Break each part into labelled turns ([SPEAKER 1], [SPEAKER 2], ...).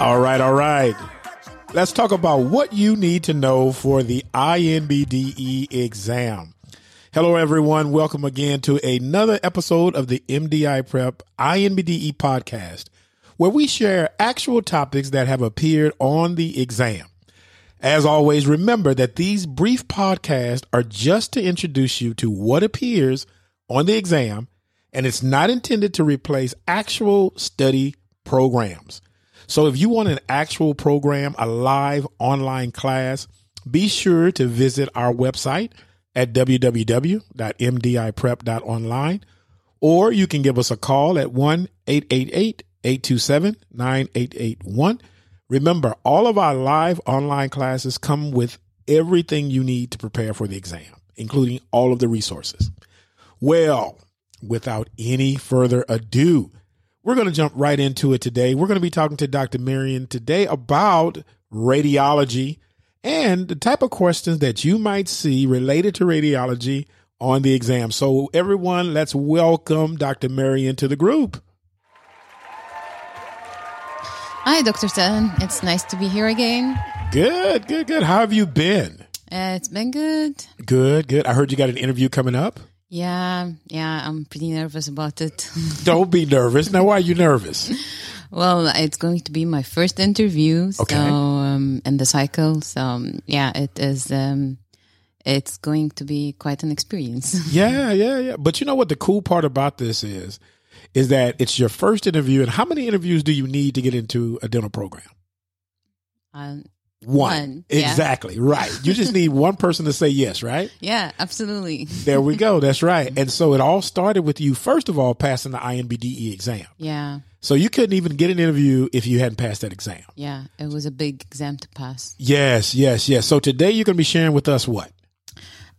[SPEAKER 1] All right, all right. Let's talk about what you need to know for the IMBDE E exam. Hello, everyone. Welcome again to another episode of the MDI Prep IMBDE E podcast, where we share actual topics that have appeared on the exam. As always, remember that these brief podcasts are just to introduce you to what appears on the exam, and it's not intended to replace actual study programs. So if you want an actual program, a live online class, be sure to visit our website at www.mdiprep.online or you can give us a call at 1 888 827 9881. Remember, all of our live online classes come with everything you need to prepare for the exam, including all of the resources. Well, without any further ado, we're going to jump right into it today. We're going to be talking to Dr. Marion today about radiology and the type of questions that you might see related to radiology on the exam. So, everyone, let's welcome Dr. Marion to the group.
[SPEAKER 2] Hi, Dr. Tan. It's nice to be here again.
[SPEAKER 1] Good, good, good. How have you been?
[SPEAKER 2] Uh, it's been good.
[SPEAKER 1] Good, good. I heard you got an interview coming up.
[SPEAKER 2] Yeah, yeah, I'm pretty nervous about it.
[SPEAKER 1] Don't be nervous. Now, why are you nervous?
[SPEAKER 2] well, it's going to be my first interview, so
[SPEAKER 1] Okay.
[SPEAKER 2] um, in the cycle. So um, yeah, it is. Um, it's going to be quite an experience.
[SPEAKER 1] Yeah, yeah, yeah. But you know what the cool part about this is, is that it's your first interview. And how many interviews do you need to get into a dental program?
[SPEAKER 2] um,
[SPEAKER 1] One.
[SPEAKER 2] One, yeah.
[SPEAKER 1] Exactly. Right. You just need one person to say yes, right?
[SPEAKER 2] yeah, absolutely.
[SPEAKER 1] There we go. That's right. And so it all started with you, first of all, passing the INBDE E exam.
[SPEAKER 2] Yeah,
[SPEAKER 1] So you couldn't even get an interview if you hadn't passed that exam.
[SPEAKER 2] yeah, it was a big exam to pass.
[SPEAKER 1] Yes, yes, yes. So today you're going to be sharing with us what?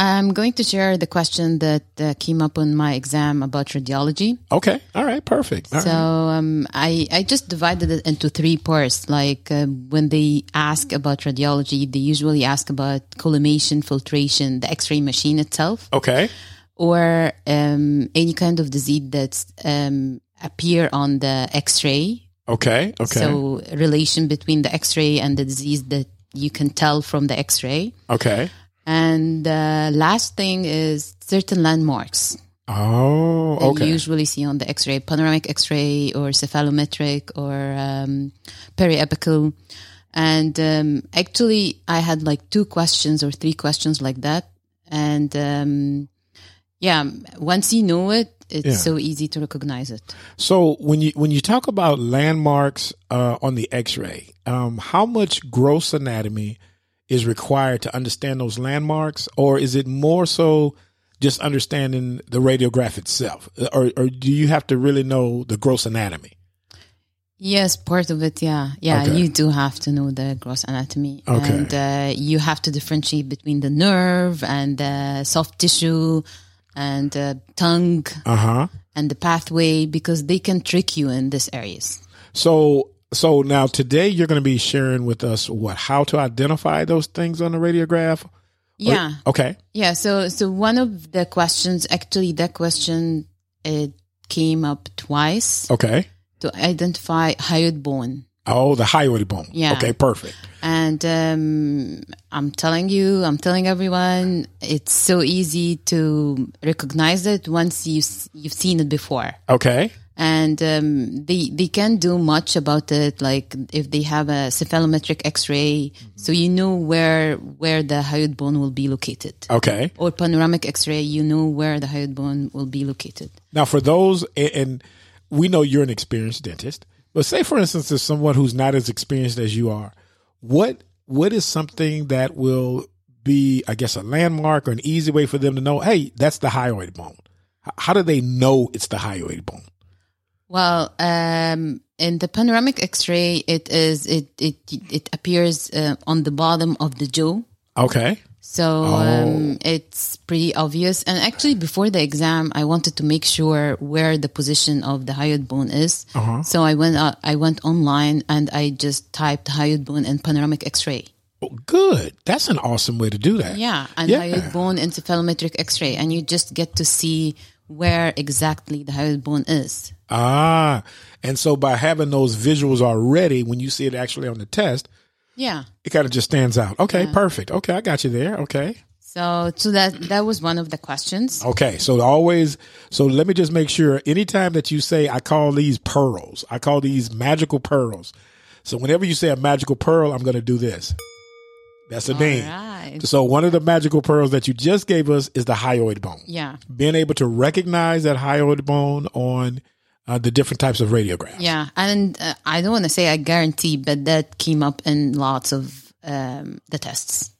[SPEAKER 2] I'm going to share the question that uh, came up on my exam about radiology.
[SPEAKER 1] Okay. All right. Perfect. All
[SPEAKER 2] So
[SPEAKER 1] right.
[SPEAKER 2] um, I I just divided it into three parts. Like uh, when they ask about radiology, they usually ask about collimation, filtration, the X-ray machine itself,
[SPEAKER 1] Okay.
[SPEAKER 2] or um, any kind of disease that's um, appear on the X-ray.
[SPEAKER 1] Okay. Okay.
[SPEAKER 2] So relation between the X-ray and the disease that you can tell from the X-ray.
[SPEAKER 1] okay.
[SPEAKER 2] And uh, last thing is certain landmarks
[SPEAKER 1] Oh,
[SPEAKER 2] that
[SPEAKER 1] okay.
[SPEAKER 2] you usually see on the x-ray panoramic x-ray or cephalometric or um, periapical and um, actually i had like two questions or three questions like that and um, yeah once you know it it's
[SPEAKER 1] Yeah.
[SPEAKER 2] so easy to recognize it
[SPEAKER 1] So when you when you talk about landmarks uh, on the X-ray, um, how much gross anatomy is required to understand those landmarks, or is it more so just understanding the radiograph itself, or, or do you have to really know the gross anatomy?
[SPEAKER 2] yes part of it yeah yeah
[SPEAKER 1] Okay.
[SPEAKER 2] you do have to know the gross anatomy
[SPEAKER 1] Okay.
[SPEAKER 2] and uh, you have to differentiate between the nerve and the soft tissue and uh, tongue
[SPEAKER 1] Uh huh.
[SPEAKER 2] and the pathway because they can trick you in these areas.
[SPEAKER 1] So so now today you're going to be sharing with us what how to identify those things on the radiograph. Or-
[SPEAKER 2] Yeah,
[SPEAKER 1] Okay.
[SPEAKER 2] yeah. So, so one of the questions, actually, that question it came up twice
[SPEAKER 1] Okay.
[SPEAKER 2] to identify hyoid bone,
[SPEAKER 1] Oh, the hyoid bone.
[SPEAKER 2] Yeah.
[SPEAKER 1] Okay. Perfect.
[SPEAKER 2] and um, I'm telling you, I'm telling everyone, it's so easy to recognize it once you s- you've seen it before.
[SPEAKER 1] Okay.
[SPEAKER 2] and um, they they can't do much about it. Like if they have a cephalometric X-ray, so you know where where the hyoid bone will be located,
[SPEAKER 1] Okay.
[SPEAKER 2] or panoramic X-ray, you know where the hyoid bone will be located.
[SPEAKER 1] Now, for those, and, and we know you're an experienced dentist, but say, for instance, there's someone who's not as experienced as you are. What what is something that will be, I guess, a landmark or an easy way for them to know? Hey, that's the hyoid bone. H- How do they know it's the hyoid bone?
[SPEAKER 2] Well, um, in the panoramic X-ray, it is it it it appears uh, on the bottom of the jaw.
[SPEAKER 1] Okay.
[SPEAKER 2] So um, it's pretty obvious. And actually, before the exam, I wanted to make sure where the position of the hyoid bone is. So I went uh, I went online and I just typed hyoid bone and panoramic X-ray.
[SPEAKER 1] Well, Oh, good. That's an awesome way to do that.
[SPEAKER 2] Yeah, and
[SPEAKER 1] Yeah.
[SPEAKER 2] hyoid bone and cephalometric X-ray, and you just get to see where exactly the hyoid bone is.
[SPEAKER 1] Ah, and so by having those visuals already, when you see it actually on the test,
[SPEAKER 2] Yeah.
[SPEAKER 1] it kind of just stands out. Okay, perfect. Okay, I got you there. Okay.
[SPEAKER 2] So, so that that was one of the questions.
[SPEAKER 1] Okay, so always, so let me just make sure anytime that you say, I call these pearls, I call these magical pearls. So whenever you say a magical pearl, I'm going to do this. That's a name.
[SPEAKER 2] right.
[SPEAKER 1] So one of the magical pearls that you just gave us is the hyoid bone.
[SPEAKER 2] Yeah.
[SPEAKER 1] Being able to recognize that hyoid bone on uh, the different types of radiographs.
[SPEAKER 2] Yeah, and uh, I don't want to say I guarantee, but that came up in lots of um, the tests.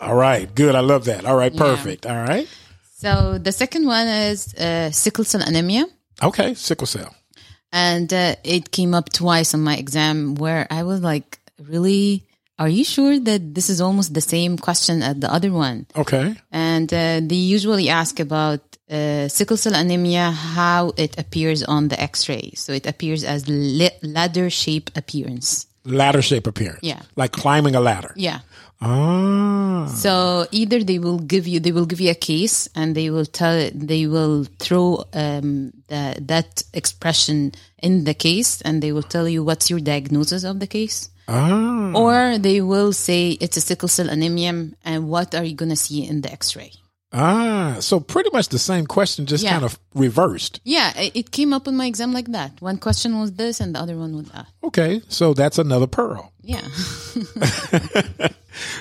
[SPEAKER 1] All right, good. I love that. All right, perfect. All right.
[SPEAKER 2] So the second one is uh, sickle cell anemia,
[SPEAKER 1] Okay, sickle cell.
[SPEAKER 2] and uh, it came up twice on my exam where I was like, "Really? Are you sure that this is almost the same question as the other one?"
[SPEAKER 1] Okay.
[SPEAKER 2] And uh, they usually ask about uh, sickle cell anemia, how it appears on the X-ray. So it appears as la- ladder shape appearance.
[SPEAKER 1] Ladder shape appearance.
[SPEAKER 2] Yeah.
[SPEAKER 1] Like climbing a ladder.
[SPEAKER 2] Yeah.
[SPEAKER 1] Ah.
[SPEAKER 2] So either they will give you they will give you a case and they will tell they will throw um, the, that expression in the case and they will tell you what's your diagnosis of the case
[SPEAKER 1] Ah.
[SPEAKER 2] or they will say it's a sickle cell anemia and what are you going to see in the x-ray
[SPEAKER 1] Ah, so pretty much the same question, just
[SPEAKER 2] Yeah.
[SPEAKER 1] kind of reversed.
[SPEAKER 2] yeah i- it came up on my exam like that one question was this and the other one was that
[SPEAKER 1] Okay, so that's another pearl.
[SPEAKER 2] yeah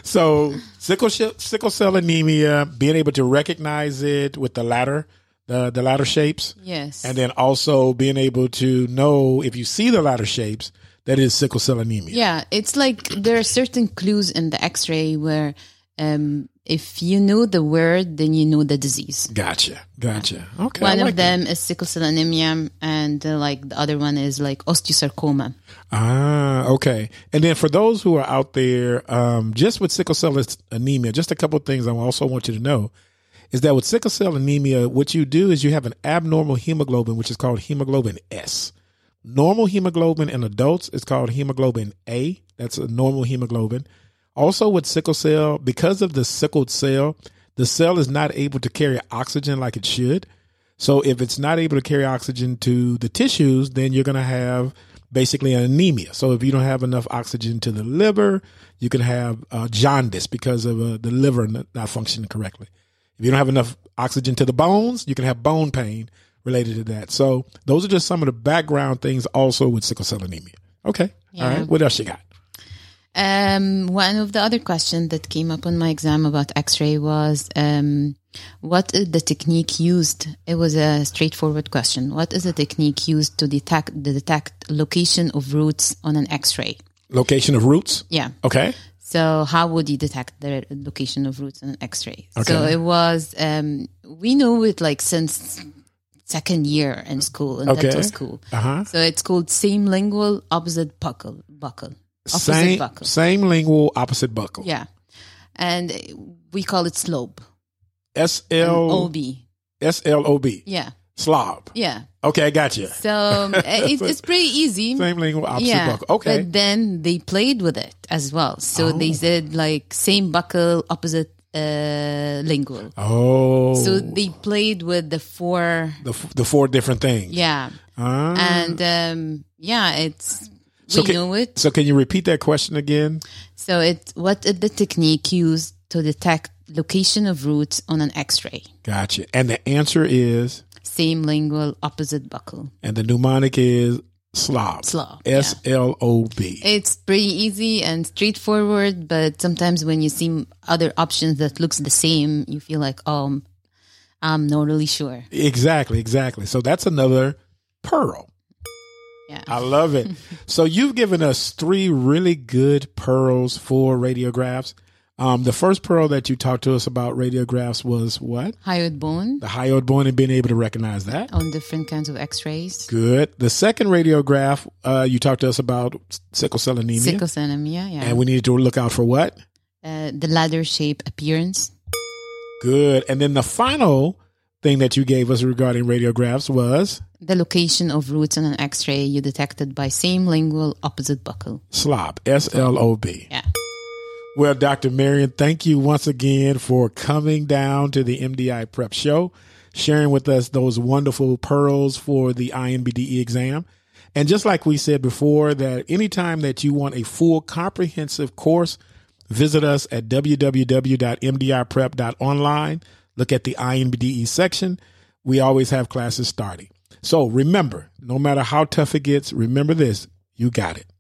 [SPEAKER 1] So sickle sh- sickle cell anemia, being able to recognize it with the ladder, the the ladder shapes,
[SPEAKER 2] yes
[SPEAKER 1] and then also being able to know if you see the ladder shapes that is sickle cell anemia.
[SPEAKER 2] Yeah, it's like there are certain clues in the X-ray where um, if you know the word, then you know the disease.
[SPEAKER 1] Gotcha, gotcha. Okay, I
[SPEAKER 2] One
[SPEAKER 1] like
[SPEAKER 2] of them is sickle cell anemia, and uh, like the other one is like osteosarcoma.
[SPEAKER 1] Ah, okay. And then for those who are out there, um, just with sickle cell anemia, just a couple of things I also want you to know is that with sickle cell anemia, what you do is you have an abnormal hemoglobin, which is called hemoglobin S. Normal hemoglobin in adults is called hemoglobin A. That's a normal hemoglobin. Also, with sickle cell, because of the sickled cell, the cell is not able to carry oxygen like it should. So, if it's not able to carry oxygen to the tissues, then you're going to have basically an anemia. So, if you don't have enough oxygen to the liver, you can have uh, jaundice because of uh, the liver not, not functioning correctly. If you don't have enough oxygen to the bones, you can have bone pain related to that. So those are just some of the background things also with sickle cell anemia. Okay. All right. What else you got?
[SPEAKER 2] Um, one of the other questions that came up on my exam about X-ray was um, what is the technique used? It was a straightforward question. What is the technique used to detect the detect location of roots on an X-ray?
[SPEAKER 1] Location of roots.
[SPEAKER 2] Yeah.
[SPEAKER 1] Okay.
[SPEAKER 2] So how would you detect the location of roots on an X-ray? So it was um, we know it like since second year in school in
[SPEAKER 1] Okay.
[SPEAKER 2] dental school.
[SPEAKER 1] Uh huh.
[SPEAKER 2] So it's called same lingual opposite buckle buckle opposite
[SPEAKER 1] Same
[SPEAKER 2] buckle.
[SPEAKER 1] same lingual opposite buckle.
[SPEAKER 2] Yeah, and we call it slope
[SPEAKER 1] S
[SPEAKER 2] O
[SPEAKER 1] L
[SPEAKER 2] B.
[SPEAKER 1] S L O B.
[SPEAKER 2] Yeah,
[SPEAKER 1] Slob.
[SPEAKER 2] yeah.
[SPEAKER 1] Okay, I got you.
[SPEAKER 2] So um, it, it's pretty easy.
[SPEAKER 1] Same lingual opposite
[SPEAKER 2] yeah.
[SPEAKER 1] buckle. Okay. Oh.
[SPEAKER 2] But then they played with it as well. So they said like same buckle opposite uh, lingual.
[SPEAKER 1] oh.
[SPEAKER 2] So they played with the four.
[SPEAKER 1] the, f- the four different things.
[SPEAKER 2] Yeah.
[SPEAKER 1] Ah.
[SPEAKER 2] And um, yeah, it's. We
[SPEAKER 1] can-
[SPEAKER 2] know it.
[SPEAKER 1] so can you repeat that question again?
[SPEAKER 2] So it what is the technique used to detect location of roots on an X-ray?
[SPEAKER 1] Gotcha. And the answer is
[SPEAKER 2] Same lingual, opposite buckle.
[SPEAKER 1] And the mnemonic is slob.
[SPEAKER 2] Slob, yeah.
[SPEAKER 1] S L O B.
[SPEAKER 2] It's pretty easy and straightforward, but sometimes when you see other options that looks the same, you feel like, oh, I'm not really sure.
[SPEAKER 1] Exactly, exactly. So that's another pearl.
[SPEAKER 2] Yeah.
[SPEAKER 1] I love it. so you've given us three really good pearls for radiographs. Um, the first pearl that you talked to us about radiographs was what?
[SPEAKER 2] Hyoid bone
[SPEAKER 1] The hyoid bone and being able to recognize that.
[SPEAKER 2] on different kinds of X-rays.
[SPEAKER 1] Good. The second radiograph uh, you talked to us about sickle cell anemia,
[SPEAKER 2] Sickle cell anemia, yeah.
[SPEAKER 1] and we needed to look out for what?
[SPEAKER 2] uh, the ladder shape appearance.
[SPEAKER 1] Good. And then the final thing that you gave us regarding radiographs was
[SPEAKER 2] The location of roots on an X-ray you detected by same lingual opposite buckle.
[SPEAKER 1] Slob, S L O B.
[SPEAKER 2] Yeah.
[SPEAKER 1] Well, Dr. Marion, thank you once again for coming down to the MDI Prep Show. sharing with us those wonderful pearls for the INBDE exam. And just like we said before, that anytime that you want a full comprehensive course, visit us at www.mdiprep.online. Look at the INBDE E section. We always have classes starting. So remember, no matter how tough it gets, remember this you got it.